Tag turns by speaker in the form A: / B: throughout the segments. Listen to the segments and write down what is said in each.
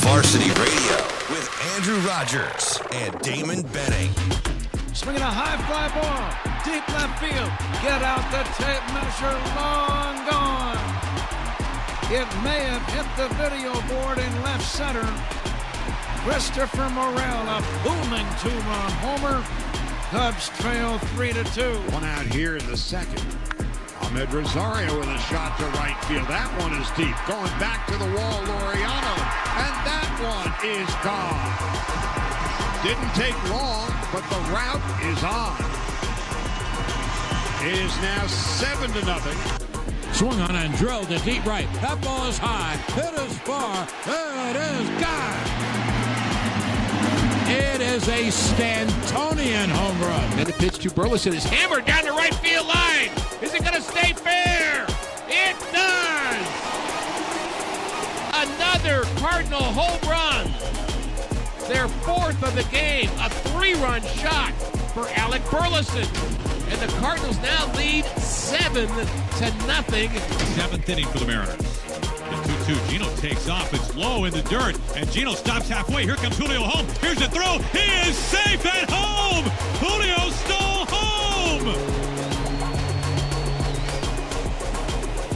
A: Varsity Radio with Andrew Rogers and Damon Benning.
B: Swinging a high fly ball, deep left field. Get out the tape measure, long gone. It may have hit the video board in left center. Christopher Morel, a booming two-run homer. Cubs trail three to two.
C: One out here in the second. Ahmed Rosario with a shot to right field. That one is deep. Going back to the wall, Loriano. And that one is gone. Didn't take long, but the route is on. It is now seven to nothing.
D: Swung on and drilled to deep right. That ball is high. It is far. It is gone. It is a Stantonian home run.
E: And the pitch to Burleson is hammered down the right field line. Is it going to stay fair? It does. Another Cardinal home run. Their fourth of the game. A three-run shot for Alec Burleson. And the Cardinals now lead seven to nothing.
F: seventh inning for the Mariners. The 2-2, Gino takes off. It's low in the dirt, and Gino stops halfway. Here comes Julio home. Here's the throw. He is safe at home. Julio stole home.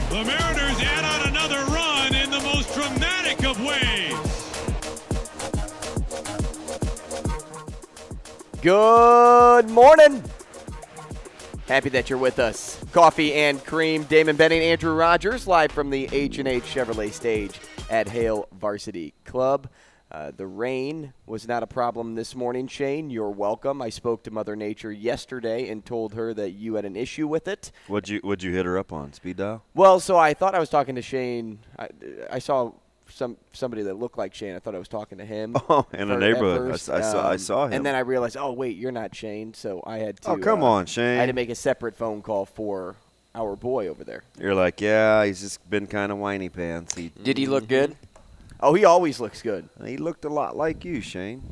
F: The Mariners add on another run in the most dramatic of ways.
G: Good morning. Happy that you're with us. Coffee and cream. Damon Benning, Andrew Rogers, live from the H and H Chevrolet stage at Hale Varsity Club. Uh, the rain was not a problem this morning, Shane. You're welcome. I spoke to Mother Nature yesterday and told her that you had an issue with it.
H: What'd you What'd you hit her up on? Speed dial?
G: Well, so I thought I was talking to Shane. I, I saw some somebody that looked like Shane. I thought I was talking to him.
H: Oh, in
G: fir-
H: the
G: at
H: neighborhood. I
G: first, um,
H: s- I saw- I saw
G: And
H: him.
G: then I realized, oh wait, you're not Shane. So I had to.
H: Oh, come
G: uh, I
H: on,
G: had to
H: Shane.
G: make a separate phone call for our boy over there.
H: You're like, yeah, he's just been kind of whiny pants. He
I: Did he look good?
G: Oh, he always looks good.
H: he looked a lot like you, Shane.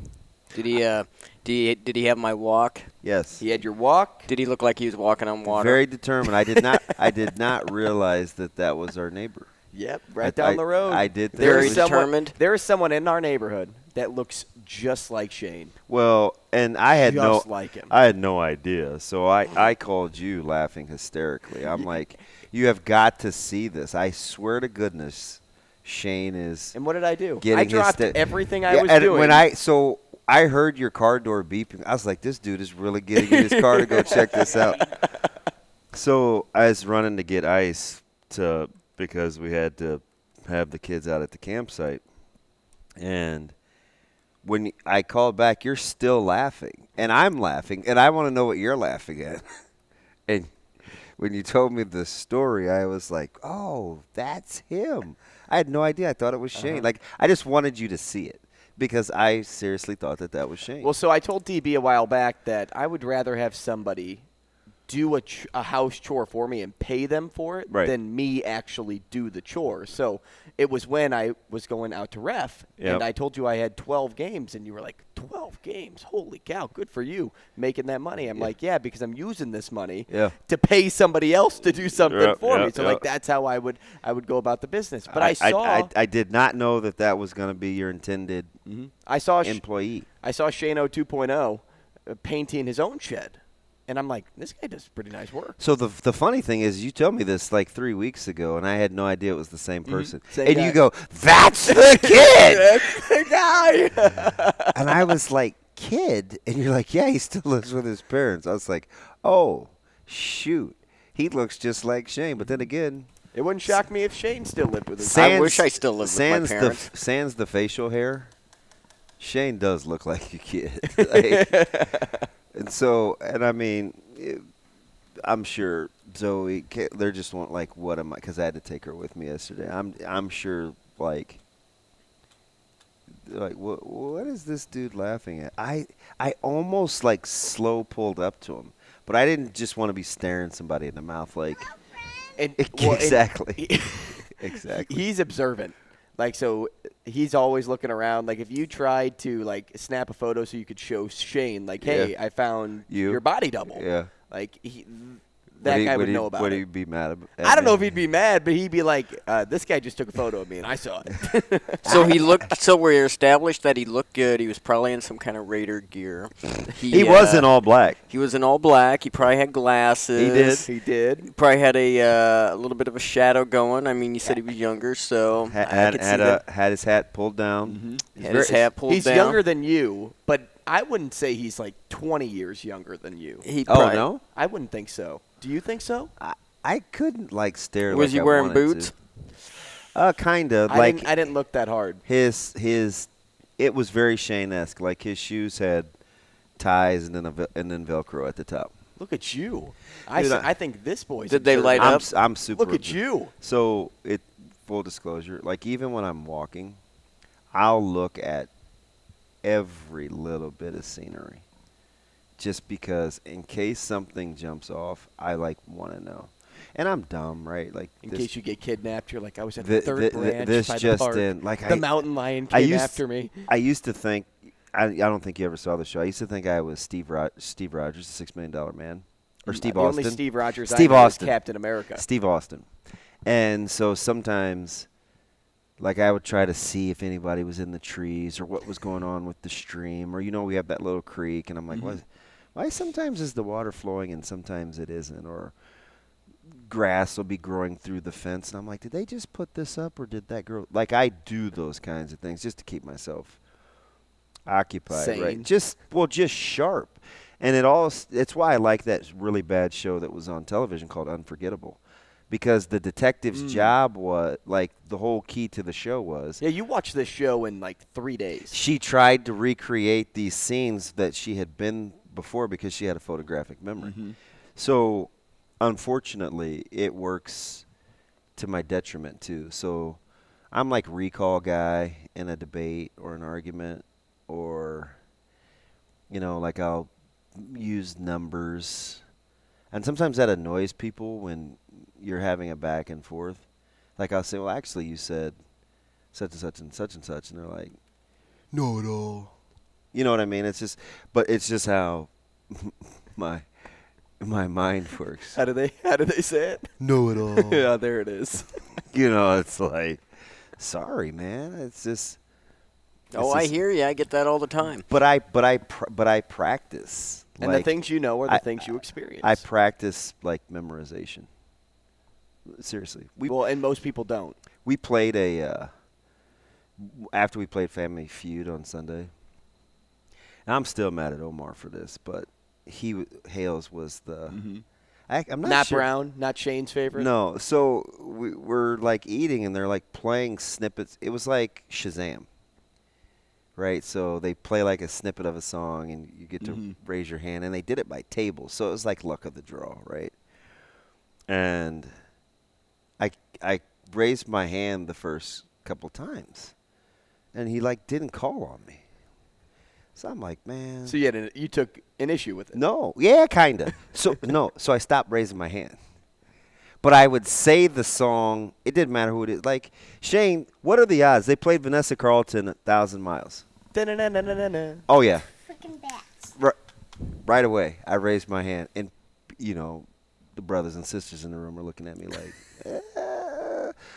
I: Did he? Uh, did he? Did he have my walk?
H: Yes.
G: He had your walk.
I: Did he look like he was walking on water?
H: Very determined. I did not. I did not realize that that was our neighbor.
G: Yep, right
H: I-
G: down
H: I-
G: the road.
H: I did think
G: There
I: it
G: is
I: was-
G: someone,
I: Determined.
G: There is someone in our neighborhood that looks just like Shane.
H: Well, and I had
G: Just
H: no.
G: like him.
H: I had no idea. So I I called you laughing hysterically. I'm like, you have got to see this. I swear to goodness, Shane is.
G: And what did I do?
H: getting
G: I
H: his
G: dropped
H: sti-
G: everything I
H: Yeah,
G: was
H: and
G: doing.
H: When I so I heard your car door beeping, I was like, "This dude is really getting in his car to go check this out." So I was running to get ice to because we had to have the kids out at the campsite, and when y- I called back, you're still laughing, and I'm laughing, and I want to know what you're laughing at. and when you told me the story, I was like, "Oh, that's him." I had no idea. I thought it was Shane.
G: Uh-huh.
H: Like I just wanted you to see it because I seriously thought that that was Shane.
G: Well, so I told DB a while back that I would rather have somebody do a, ch- a house chore for me and pay them for it
H: Right.
G: than me actually do the chore. So it was when I was going out to ref,
H: Yep.
G: and I told you I had 12 games, and you were like, 12 games? Holy cow, good for you making that money. I'm like, yeah, because I'm using this money
H: Yeah.
G: to pay somebody else to do something
H: Yep,
G: for me.
H: yep,
G: So,
H: yep.
G: like, that's how I would I would go about the business. But I, saw Mm-hmm.
H: I,
G: I,
H: I did not know that that was going to be your intended
G: saw sh-
H: employee.
G: I saw Shane 2.0 uh, painting his own shed, and I'm like, this guy does pretty nice work.
H: So the the funny thing is, you told me this like three weeks ago, and I had no idea it was the same person.
G: Mm-hmm. Same
H: and
G: guy.
H: you go, "That's the kid,"
G: the guy.
H: and I was like, "Kid," and you're like, "Yeah, he still lives with his parents." I was like, "Oh, shoot." He looks just like Shane, but then again,
G: It wouldn't shock me if Shane still lived with us.
H: sans-
I: wish I still lived with my
H: sans
I: parents.
H: The, sans the facial hair, Shane does look like your kid. Like, and so, and I mean, it- I'm sure Zoe. ca- They're just want like, what am I? Because I had to take her with me yesterday. I'm, I'm sure like. Like what? What is this dude laughing at? I I almost like slow pulled up to him, but I didn't just want to be staring somebody in the mouth. Like
G: And, well, and
H: exactly,
G: he-
H: exactly.
G: he's observant. Like so, he's always looking around. Like if you tried to like snap a photo so you could show Shane, like, hey,
H: Yeah.
G: I found
H: You.
G: your body double.
H: Yeah.
G: Like he, that
H: he-
G: guy would
H: he-
G: know about
H: Would
G: it.
H: he be mad ab- at?
G: I don't know
H: me?
G: if he'd be mad, but he'd be like, uh, "This guy just took a photo of me, and I saw it."
I: So he looked. So we established that he looked good. He was probably in some kind of Raider gear.
H: He
I: uh,
H: was in all black.
I: He was in all black. He probably had glasses.
H: He did.
G: he did.
I: Probably had a uh, a little bit of a shadow going. I mean, you said he was younger, so
H: Ha-
I: I
H: had
I: could
H: had,
I: see
H: a,
I: that.
H: had his hat pulled down.
I: Had his hat pulled
G: he's
I: down.
G: younger than you, but I wouldn't say he's like 20 years younger than you.
I: He
H: Oh,
I: probably-
H: no?
G: I wouldn't think so. Do you think so?
H: I, I couldn't like stare.
I: Was
H: like
I: he
H: I
I: wearing
H: wanted
I: boots?
H: to. Uh, kind of.
G: I
H: Like
G: didn't, I didn't look that hard.
H: his his, it was very Shane-esque. Like his shoes had ties and then a, vel- and then Velcro at the top.
G: Look at you. I,
H: Dude,
G: s-
H: I-
G: I think this boy's.
I: Did they light
G: observant.
H: I'm
I: up?
H: s- I'm super.
G: Look at you.
H: So it full disclosure, like even when I'm walking, I'll look at every little bit of scenery, just because in case something jumps off, I like want to know. And I'm dumb, right? Like
G: In
H: this-
G: case you get kidnapped, you're like, I was at the,
H: thi-
G: third
H: thi- thi-
G: branch
H: this
G: by
H: just
G: the park.
H: in, like
G: the
H: I-
G: mountain lion came
H: I used
G: after me.
H: I used to think. I, I don't think you ever saw the show. I used to think I was Steve Ro- Steve Rogers, the Six Million Dollar Man, or Steve
G: the
H: Austin.
G: only Steve Rogers
H: Steve
G: I know
H: Austin.
G: is Captain America.
H: Steve Austin. And so sometimes, like, I would try to see if anybody was in the trees or what was going on with the stream. Or, you know, we have that little creek, and I'm
G: Mm-hmm.
H: like, why, why sometimes is the water flowing and sometimes it isn't? Or grass will be growing through the fence. And I'm like, did they just put this up or did that grow? Like, I do those kinds of things just to keep myself occupied,
G: Sane.
H: right? Just well, just sharp. And it all it's why I like that really bad show that was on television called Unforgettable. Because the detective's job was like the whole key to the show was
G: Yeah, you watch this show in like three days.
H: she tried to recreate these scenes that she had been before because she had a photographic memory. So, unfortunately, it works to my detriment too. So, I'm like recall guy in a debate or an argument or you know, like I'll use numbers. And sometimes that annoys people when you're having a back and forth. Like I'll say, "Well, actually you said such and such and such and such." And they're like, know it all. You know what I mean? It's just, but it's just how my my mind works.
G: How do they? How do they say it?
H: Know it all.
G: yeah, there it is.
H: You know, it's like, sorry, man. It's just.
I: Oh,
H: it's
I: I
H: just-
I: hear you. I get that all the time.
H: But I, but I, pr- but I practice.
G: And the
H: Like,
G: things you know are the
H: I-
G: things you experience.
H: I practice like memorization. Seriously, we
G: well, and most people don't.
H: we played a uh, w- after we played Family Feud on Sunday. And I'm still mad at Omar for this, but he w- Hales was the. I, am not,
G: Not, Mm-hmm.
H: sure-
G: Brown, not Shane's favorite.
H: No, so we were like eating, and they're like playing snippets. It was like Shazam, right? So they play like a snippet of a song, and you get to
G: Mm-hmm.
H: raise your hand, and they did it by table, so it was like luck of the draw, right? And I I raised my hand the first couple times, and he like didn't call on me, so I'm like, man,
G: So you had an, you took an issue with it.
H: no, yeah, kinda. So no, so I stopped raising my hand. But I would say the song. It didn't matter who it is. Like Shane, what are the odds they played Vanessa Carlton a thousand miles?
G: Da-na-na-na-na-na.
H: Oh yeah,
J: Freaking bats.
H: right, right away I raised my hand, and you know, the brothers and sisters in the room are looking at me like. "Eh."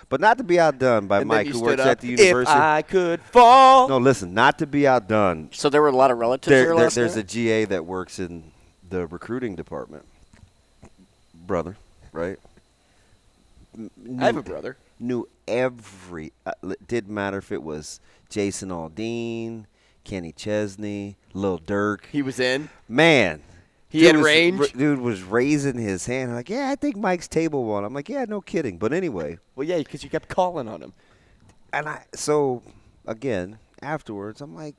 H: But not to be outdone by
G: And then
H: Mike,
G: you
H: who
G: stood
H: works
G: up,
H: at the university.
G: If I could fall.
H: no, listen, not to be outdone.
I: So there were a lot of relatives
H: There-
I: here
H: there-
I: last
H: there's a
I: night?
H: GA that works in the recruiting department. Brother, right? N- Knew,
G: I have a brother.
H: Knew every. Uh, li- didn't matter if it was Jason Aldean, Kenny Chesney, Lil Durk.
G: He was in.
H: Man.
G: He
H: dude
G: had
H: was-
G: range?
H: r- dude was raising his hand. Like, yeah, I think Mike's table won. I'm like, yeah, no kidding. But anyway,
G: Well, yeah, because you kept calling on him.
H: and I so again afterwards I'm like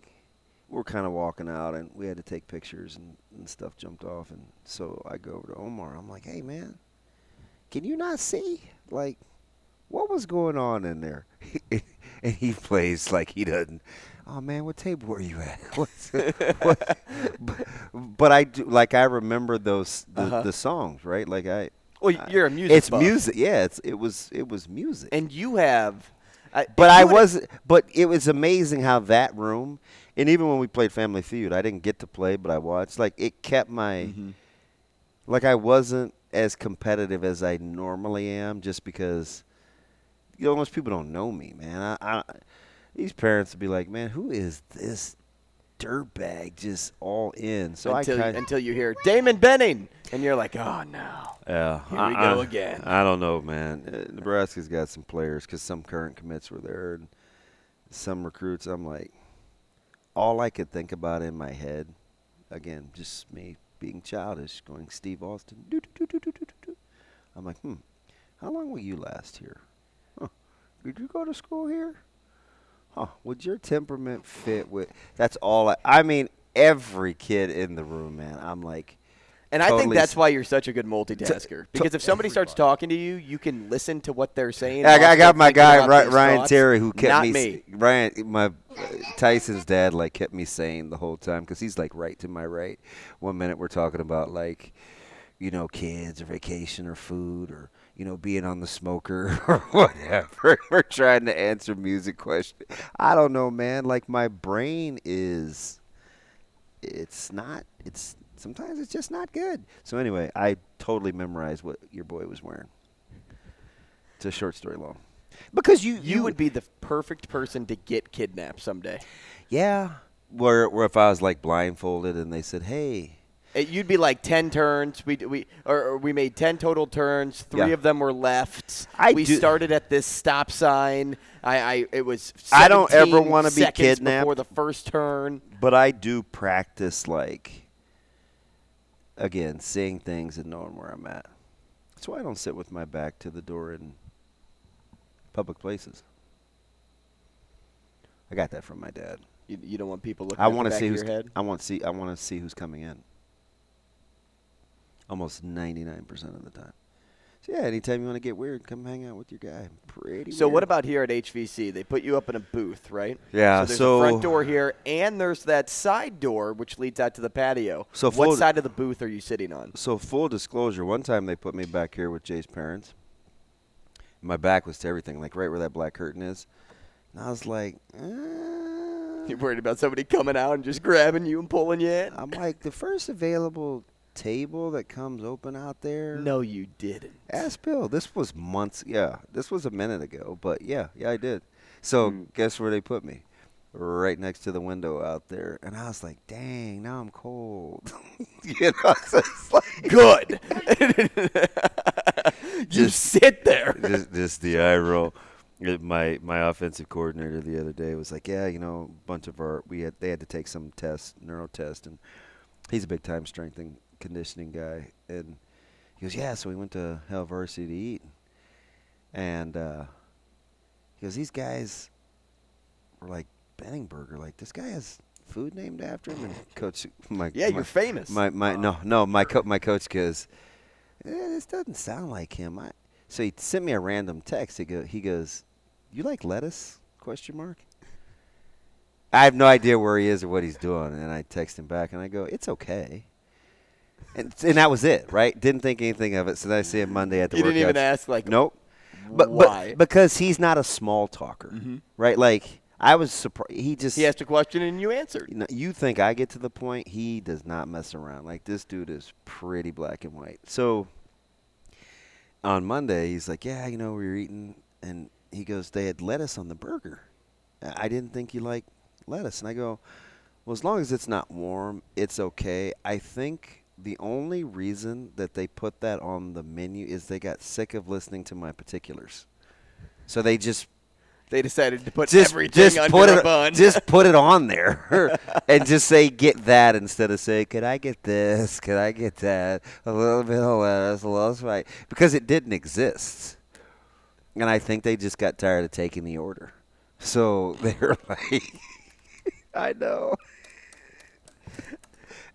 H: we're kind of walking out and we had to take pictures and, and stuff jumped off and so I go over to Omar I'm like hey man can you not see like what was going on in there and he plays like he doesn't oh man what table were you at What's- what? but, but I do like I remember those the, the songs right like I
G: Well,
H: I-
G: Uh-huh. you're a music
H: Uh, it's
G: buff.
H: music yeah it's it was it was music
G: And you have. I,
H: but
G: if
H: I
G: you would've-
H: was but it was amazing how that room and even when we played Family
G: Mm-hmm.
H: Feud, I didn't get to play but I watched. Like it kept my like I wasn't as competitive as I normally am, just because you know most people don't know me, man. I, I these parents would be like, man, who is this dirtbag just all in? So
G: until,
H: I kind
G: until you hear Damon Benning, and you're like, oh no.
H: yeah,
G: Here
H: I,
G: we go
H: I-
G: again.
H: I don't know, man. Uh, Nebraska's got some players because some current commits were there and some recruits. I'm like, all I could think about in my head, again, just me being childish, going Steve Austin. doo, doo, doo, doo, doo, doo, doo, doo. I'm like, hmm, how long will you last here? Huh. Did you go to school here? Huh. Would your temperament fit with? That's all. I, I mean, every kid in the room, man. I'm like.
G: And I think
H: totally
G: that's
H: s-
G: why you're such a good multitasker. Because if somebody starts talking to you, you can listen to what they're saying.
H: I got,
G: while
H: I got
G: still
H: my
G: thinking
H: guy
G: about
H: Ry-
G: these
H: Ryan
G: thoughts.
H: Terry who kept
G: Not
H: me, s-
G: me.
H: Ryan my uh, Tyson's dad like kept me sane the whole time because he's like right to my right. One minute we're talking about like you know kids or vacation or food or you know being on the smoker or whatever. we're trying to answer music questions. I don't know, man. Like my brain is it's not it's sometimes it's just not good. So anyway, I totally memorized what your boy was wearing. It's a short story long. Because you
G: You would be the perfect person to get kidnapped someday.
H: yeah. Where where if I was like blindfolded and they said, "Hey,
G: Uh, You'd be like ten turns. We d- we or, or we made ten total turns. Three
H: Yeah.
G: of them were left.
H: I
G: we
H: do-
G: started at this stop sign. I, I it was.
H: I don't ever
G: 17
H: wanna be
G: seconds
H: kidnapped.
G: before the first turn.
H: but I do practice like again seeing things and knowing where I'm at. That's why I don't sit with my back to the door in public places. I got that from my dad.
G: You, you don't want people looking.
H: I
G: want to
H: see
G: your
H: who's
G: head.
H: I want to see I want to see who's coming in. Almost 99% of the time. So yeah, anytime you want to get weird, come hang out with your guy. Pretty
G: So what
H: weird.
G: about here at HVC? They put you up in a booth, right?
H: Yeah,
G: So there's
H: so-
G: a front door here, and there's that side door which leads out to the patio.
H: So
G: what
H: full-
G: side of the booth are you sitting on?
H: So full disclosure, one time they put me back here with Jay's parents. My back was to everything, like right where that black curtain is. And I was like, uh,
G: You're worried about somebody coming out and just grabbing you and pulling you in?
H: I'm like the first available table that comes open out there.
G: No, you didn't.
H: Ask Bill. This was months. Yeah, this was a minute ago, but yeah, yeah, I did. So guess where they put me? Right next to the window out there, and I was like, "Dang, now I'm cold." you know, so it's like
G: Good. you
H: Just-
G: sit there.
H: just, just the eye roll. Uh, My my offensive coordinator the other day was like, "Yeah, you know, a bunch of our we had they had to take some test, neuro test, and he's a big time strength and conditioning guy." And he goes, "Yeah, so we went to Hell Varsity to eat, and uh, he goes, these guys were like Benning Burger, like this guy has food named after him." And coach, my
G: Yeah,
H: my-
G: you're famous. Uh,
H: My my no no my co- my coach goes, eh, this doesn't sound like him. I so he sent me a random text. He go he goes, you like lettuce? Question mark. I have no idea where he is or what he's doing, and I text him back and I go, it's okay. And, and that was it, right? Didn't think anything of it. So then I see him Monday at the
G: You didn't even
H: workouts.
G: ask, like,
H: nope. But,
G: why? Mm-hmm.
H: but because he's not a small talker, right? Like I was surprised. He just
G: He asked a question and you answered.
H: you know, you think I get to the point? He does not mess around. Like this dude is pretty black and white. So on Monday, he's like, "Yeah, you know, we were eating," and he goes, "They had lettuce on the burger. I I didn't think you liked lettuce." And I go, "Well, as long as it's not warm, it's okay." I think the only reason that they put that on the menu is they got sick of listening to my particulars, so they just
G: They decided to put
H: just,
G: everything
H: just
G: under
H: put
G: a
H: it,
G: bun.
H: Just put it on there and just say get that instead of say could I get this? Could I get that? A little bit of lettuce, a little spice because it didn't exist. And I think they just got tired of taking the order. So they're like I know.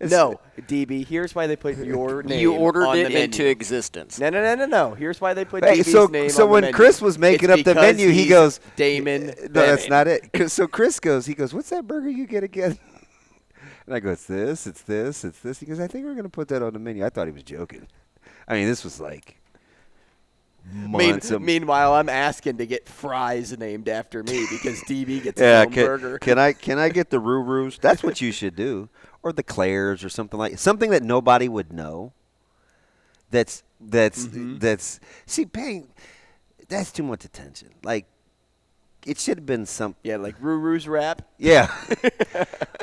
G: no, DB. Here's why they put your name.
I: You ordered
G: on the
I: it
G: menu.
I: into existence.
G: No, no, no, no, no. Here's why they put
H: Hey,
G: DB's
H: so-
G: name
H: so
G: on the
H: when
G: menu.
H: Chris was making
G: It's
H: up the
G: because
H: menu, he
G: he's
H: go's,
G: Damon.
H: No, that's
G: Benning.
H: not it. 'Cause- So Chris goes, he goes, what's that burger you get again? And I go, it's this, it's this, it's this. He goes, I think we're going to put that on the menu. I thought he was joking. I mean, this was like
G: Mean,
H: months of-
G: meanwhile, I'm asking to get fries named after me because DB gets his
H: yeah,
G: own
H: can,
G: burger.
H: can I can I get the Rurus? That's what you should do, or the Claire's, or something like something that nobody would know. That's That's that's see paying. That's too much attention. Like it should have been some.
G: Yeah, like Ruru's rap.
H: Yeah.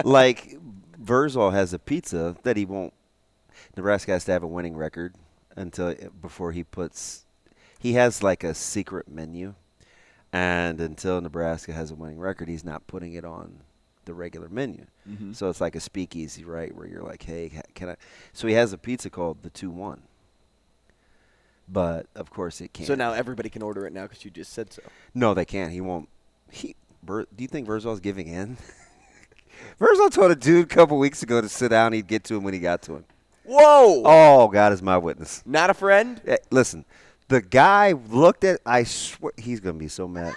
H: like Verzal has a pizza that he won't. Nebraska has to have a winning record until eh, before he puts. He has like a secret menu, and until Nebraska has a winning record, he's not putting it on the regular menu. So it's like a speakeasy, right? Where you're like, hey, ha- can I? So he has a pizza called the two one. But of course it can't.
G: So now everybody can order it now because you just said so.
H: No, they can't. He won't. He. Ver, do you think Verzal's giving in? Verzal told a dude a couple weeks ago to sit down. He'd get to him when he got to him.
G: Whoa!
H: Oh, God is my witness.
G: Not a friend.
H: Eh, Listen, the guy looked at. I swear, he's gonna be so mad.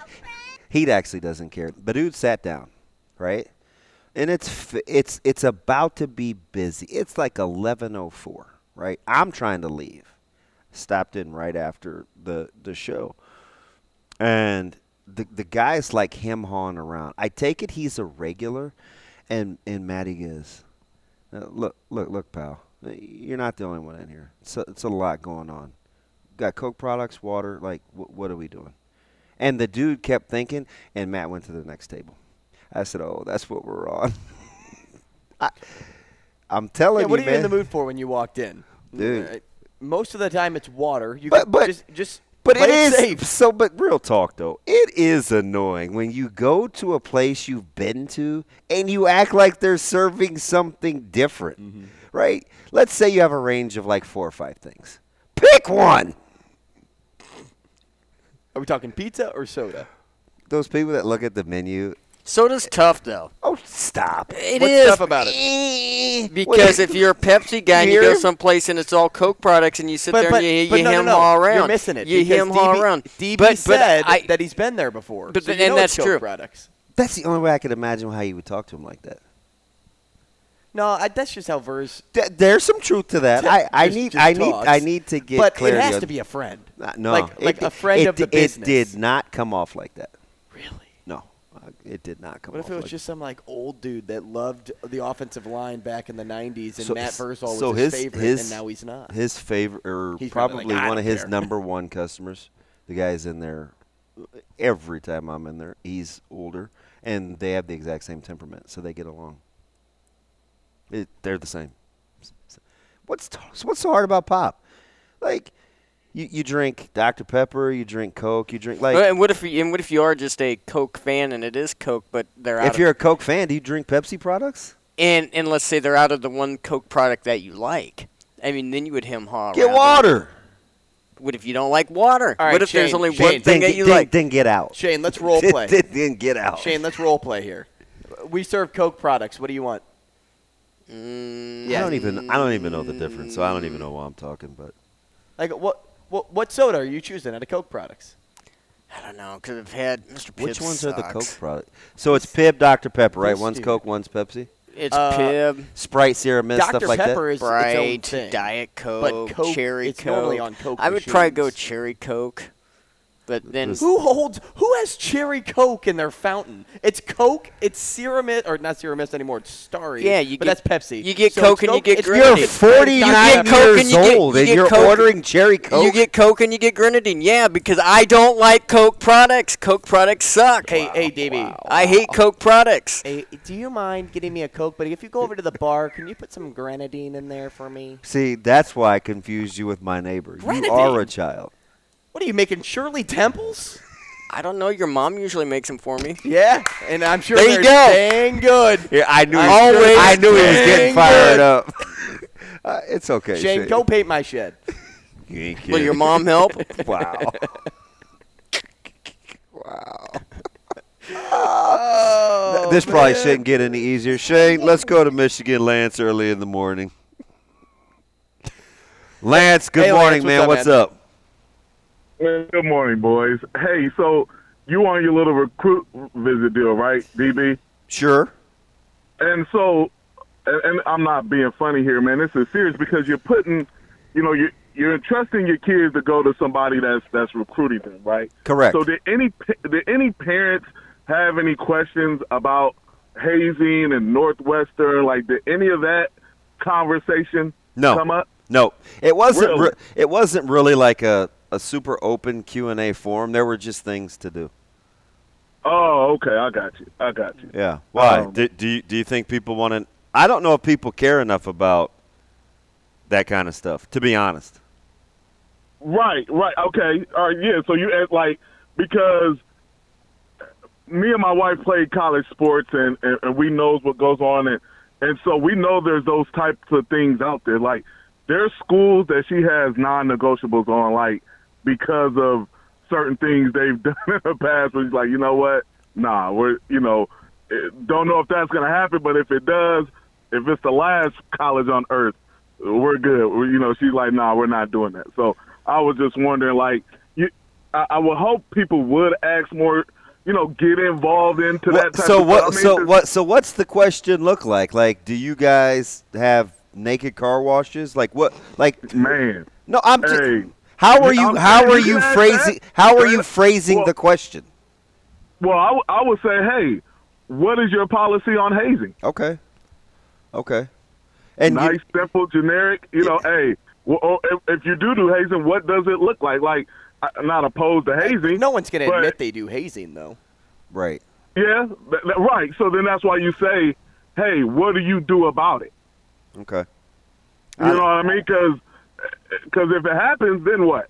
H: He actually doesn't care. The dude sat down, right? And it's f- it's it's about to be busy. It's like eleven oh four, right? I'm trying to leave. Stopped in right after the the show, and the the guy's like him hawing around. I take it he's a regular, and and Maddie is. Uh, look, look, look, pal. Uh, You're not the only one in here. It's a, it's a lot going on. Got Coke products, water. Like, wh- what are we doing? And the dude kept thinking, and Matt went to the next table. I said, "Oh, that's what we're on." I, I'm telling
G: Yeah, what are
H: you,
G: you in
H: man.
G: the mood for when you walked in,
H: Dude.
G: Alright. Most of the time it's water. You
H: But-
G: can
H: but-
G: just, just
H: But
G: play
H: it is
G: safe.
H: so. But real talk though, it is annoying when you go to a place you've been to and you act like they're serving something different,
G: Mm-hmm.
H: right? Let's say you have a range of like four or five things. Pick one.
G: Are we talking pizza or soda?
H: Those people that look at the menu.
I: Soda's tough though.
H: Oh, stop!
I: It
G: What's
I: is
G: tough about it? Eh.
I: because if you're a Pepsi guy and you go
H: You're-
I: someplace and it's all Coke products and you sit there and you, you hem haw around,
G: You're missing it.
I: You
G: because
I: hem haw
G: DB
I: around.
G: DB
I: but,
G: said
I: but I,
G: that he's been there before.
I: But-
G: so
I: but-
G: you
I: and
G: know it's
I: that's
G: Coke
I: true.
G: Products.
H: That's the only way I could imagine how you would talk to him like that.
G: No, I, that's just how Vers.
H: Th- there's some truth to that. I, I
G: just-
H: need
G: just
H: I need
G: talks.
H: I need to get
G: but
H: clarity.
G: it has
H: on-
G: to be a friend.
H: Uh, no,
G: like, like
H: it-
G: a friend
H: it
G: of the
H: di-
G: business.
H: It did not come off like that.
G: really.
H: No, uh, it did not come
G: What
H: off.
G: if it was
H: like
G: just some like old dude that loved the offensive line back in the '90s, and
H: So-
G: Matt Versal
H: so
G: was his,
H: his-
G: favorite,
H: his-
G: and now he's not.
H: his favorite, or
G: He's probably
H: probably
G: like, "I
H: one of
G: don't
H: his
G: care."
H: number one customers. The guy's in there every time I'm in there. He's older, and they have the exact same temperament, so they get along. It, they're the same. What's t- what's so hard about pop? Like, you, you drink Dr Pepper, you drink Coke, you drink like.
I: Well, and what if you, and what if you are just a Coke fan and it is Coke, but they're out
H: if
I: of, Oh,
H: you're a Coke fan, do you drink Pepsi products?
I: and and let's say they're out of the one Coke product that you like. I mean, then you would hem haw.
H: Get
I: around.
H: water.
I: What if you don't like water?
G: All right,
I: what if there's
G: Shane,
I: only
G: Shane.
I: one thing
H: then,
I: that you
H: then-
I: like?
H: then get out.
G: Shane, let's role
H: Then-
G: play.
H: Then, then get out.
G: Shane, let's role play here. We serve Coke products. What do you want?
H: I don't even I don't even know the difference, so I don't even know why I'm talking. But
G: Like what? What, what soda are you choosing out of Coke products?
I: I don't know because I've had Mr. Pibb
H: which ones are the Coke
I: sucks.
H: product? So it's Pib, Dr Pepper, right?
G: That's
H: One's
G: stupid.
H: Coke, one's Pepsi.
I: It's
G: Uh,
I: Pib,
H: Sprite, Sierra Mist,
G: Dr
H: stuff like
G: Pepper
H: that.
G: is its own
I: Bright,
G: thing.
I: Diet Coke,
G: But Coke-
I: Cherry
G: it's
I: Coke.
G: normally on Coke
I: I would probably go
G: machines.
I: Cherry Coke, but then
G: Who holds? Who has cherry Coke in their fountain? It's Coke. It's Serum Mist, or not Serum Mist anymore. It's Starry.
I: Yeah, you
G: but
I: get-
G: that's Pepsi.
I: you get
G: So
I: Coke
G: it's
I: and you get
G: it's
I: Grenadine.
G: Coke, it's
H: You're
I: You
H: 49
I: get Coke
H: years
I: and you get-
H: old,
I: you
H: and
I: get
H: you're
I: Coke.
H: ordering cherry Coke.
I: you get Coke and you get grenadine. Yeah, because I don't like Coke products. Coke products suck.
G: Hey, hey, DB.
I: I hate Coke products.
G: Hey, do you mind getting me a Coke, buddy? If you go over to the bar, can you put some grenadine in there for me?
H: See, that's why I confused you with my neighbor.
G: Grenadine.
H: You are a child.
G: What are you making, Shirley Temples?
I: I don't know. Your mom usually makes them for me.
G: Yeah, and I'm sure
I: There
G: they're
I: you go.
G: dang good.
H: Yeah, I knew.
G: I'm
I: sure
H: I
I: it's
H: knew he was
G: dang
H: getting
G: good.
H: fired up. Uh, it's okay.
G: Shane,
H: Shane.
G: go paint my shed.
H: You ain't
I: Will your
H: kidding.
I: mom help?
H: Wow.
I: Oh,
G: Oh,
H: wow. this probably shouldn't get any easier. Shane, let's go to Michigan Lance early in the morning. Lance, good
G: Hey, Lance, what's
H: morning,
G: up,
H: man. what's
G: man?
H: up?
J: Well, Good morning, boys. Hey, so you on your little recruit visit deal, right, DB?
H: Sure.
J: And so, and, and I'm not being funny here, man. This is serious because you're putting, you know, you're you're entrusting your kids to go to somebody that's that's recruiting them, right?
H: Correct.
J: So did any pa- did any parents have any questions about hazing and Northwestern? Like, did any of that conversation
H: No.
J: come up?
H: No, it wasn't.
J: Really?
H: Re- it wasn't really like a, a super open Q and A forum. There were just things to do.
J: Oh, okay. I got you. I got you.
H: Yeah. Why?
J: Um,
H: do, do you do you think people want to? I don't know if people care enough about that kind of stuff. To be honest.
J: Right, right. Okay. All right. Yeah. So you act like because me and my wife played college sports and, and, and we knows what goes on and and so we know there's those types of things out there. Like there's schools that she has non-negotiables on, like because of certain things they've done in the past. Where she's like, you know what? Nah, we're you know eh, don't know if that's gonna happen, but if it does, if it's the last college on earth, we're good. we you know, she's like, nah, we're not doing that. So I was just wondering, like, you, I, I would hope people would ask more, you know, get involved into that
H: What,
J: type
H: so
J: of
H: what?
J: stuff. I mean,
H: so
J: it's-
H: what? So what's the question look like? Like, do you guys have naked car washes? Like what? Like
J: Man.
H: No, I'm. ju-
J: Hey.
H: how are you?
J: I'm
H: how
J: saying
H: are
J: you
H: you
J: can ask
H: phrasing?
J: that.
H: How are you
J: Well-
H: phrasing the question?
J: Well, I, w- I would say, hey, what is your policy on hazing?
H: Okay. Okay. And you-
J: nice, simple, generic. You know, hey, well, or if, if you do do hazing, what does it look like? Like, I'm not opposed to hazing.
G: No one's going to
J: but-
G: admit they do hazing, though.
H: right.
J: Yeah, th- th- right. So then that's why you say, hey, what do you do about it?
H: Okay.
J: You know what I mean? Because if it happens, then what?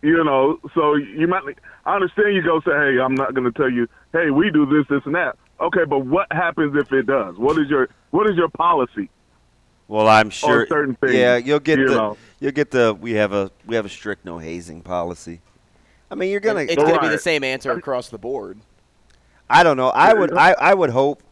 J: You know, so you might. I understand you go say, "Hey, I'm not going to tell you. Hey, we do this, this, and that." Okay, but what happens if it does? What is your what is your policy?
H: Well, I'm sure.
J: certain things,
H: yeah, you'll get
J: you
H: the.
J: know.
H: You'll get the. We have a. We have a strict no hazing policy. I mean, you're gonna.
G: It's going to be the
J: Right.
G: same answer across the board.
H: I don't know. I would. I, I would hope.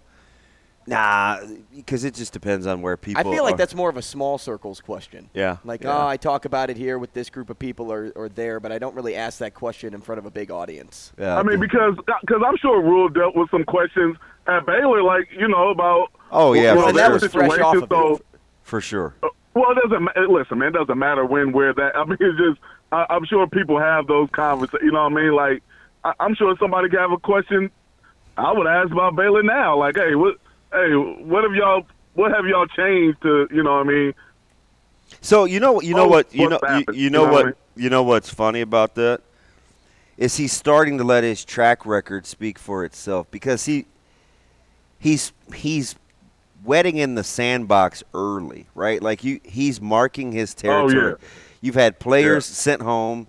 H: Nah, because it just depends on where people.
G: I feel like
H: are.
G: that's more of a small circles question.
H: Yeah,
G: Like,
H: yeah.
G: oh, I talk about it here with this group of people or, or there, but I don't really ask that question in front of a big audience.
H: Yeah,
J: I mean, because because I'm sure Rule dealt with some questions at Baylor, like you know about.
H: Oh, yeah,
J: well,
H: for
J: their
H: sure. That was
G: fresh
J: situation,
G: off of it.
J: so-
H: for sure.
J: Well, it doesn't. ma- Listen, man, it doesn't matter when, where that. I mean, it's just. I, I'm sure people have those conversations. You know what I mean? Like, I, I'm sure somebody could have a question. I would ask about Baylor now. Like, hey, what? Hey, what have y'all? What have y'all changed to? You know what I mean?
H: So you know, you know
J: Oh,
H: what, you know,
J: what's
H: you,
J: happened,
H: you know
J: you know what I
H: what, you know what's funny about that is he's starting to let his track record speak for itself because he he's he's wetting in the sandbox early, right? Like you, he's marking his
J: Oh,
H: territory. You've had players sent home,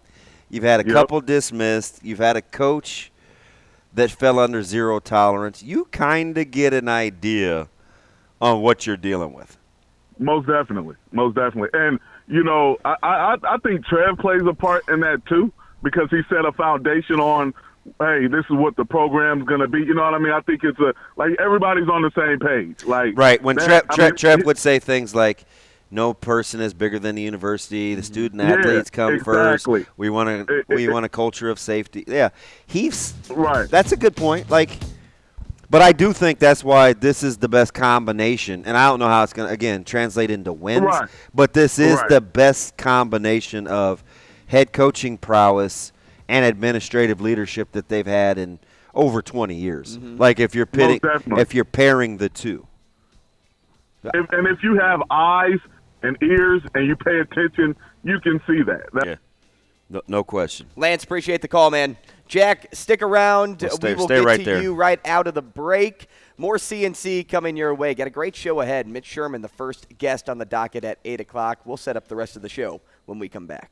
H: you've had a
J: Yep.
H: couple dismissed, you've had a coach that fell under zero tolerance. You kind of get an idea on what you're dealing with.
J: Most definitely, most definitely, and you know, I I, I think Trev plays a part in that too because he set a foundation on, hey, this is what the program's gonna be. You know what I mean? I think it's a like everybody's on the same page. Like
H: Right. When
J: that-
H: Trev,
J: I
H: Trev,
J: mean,
H: Trev would say things like, no person is bigger than the university. The student
J: Mm-hmm. Yeah,
H: athletes come
J: exactly.
H: first. We want to.
J: It-
H: We
J: it-
H: want a culture of safety. Yeah, he's
J: Right.
H: That's a good point. Like, but I do think that's why this is the best combination. And I don't know how it's gonna again translate into wins.
J: Right.
H: But this is
J: Right.
H: the best combination of head coaching prowess and administrative leadership that they've had in over 20 years. Like if you're pitting,
J: Mm-hmm. definitely.
H: if you're pairing the two.
J: If, and if you have eyes and ears and you pay attention, you can see that. that
H: Yeah. No, no question.
G: Lance, appreciate the call, man. Jack, stick around.
H: Well, stay-
G: we will
H: stay
G: get
H: right
G: to
H: there.
G: you right out of the break. More CNC coming your way. Got a great show ahead. Mitch Sherman, the first guest on the docket at 8 o'clock. We'll set up the rest of the show when we come back.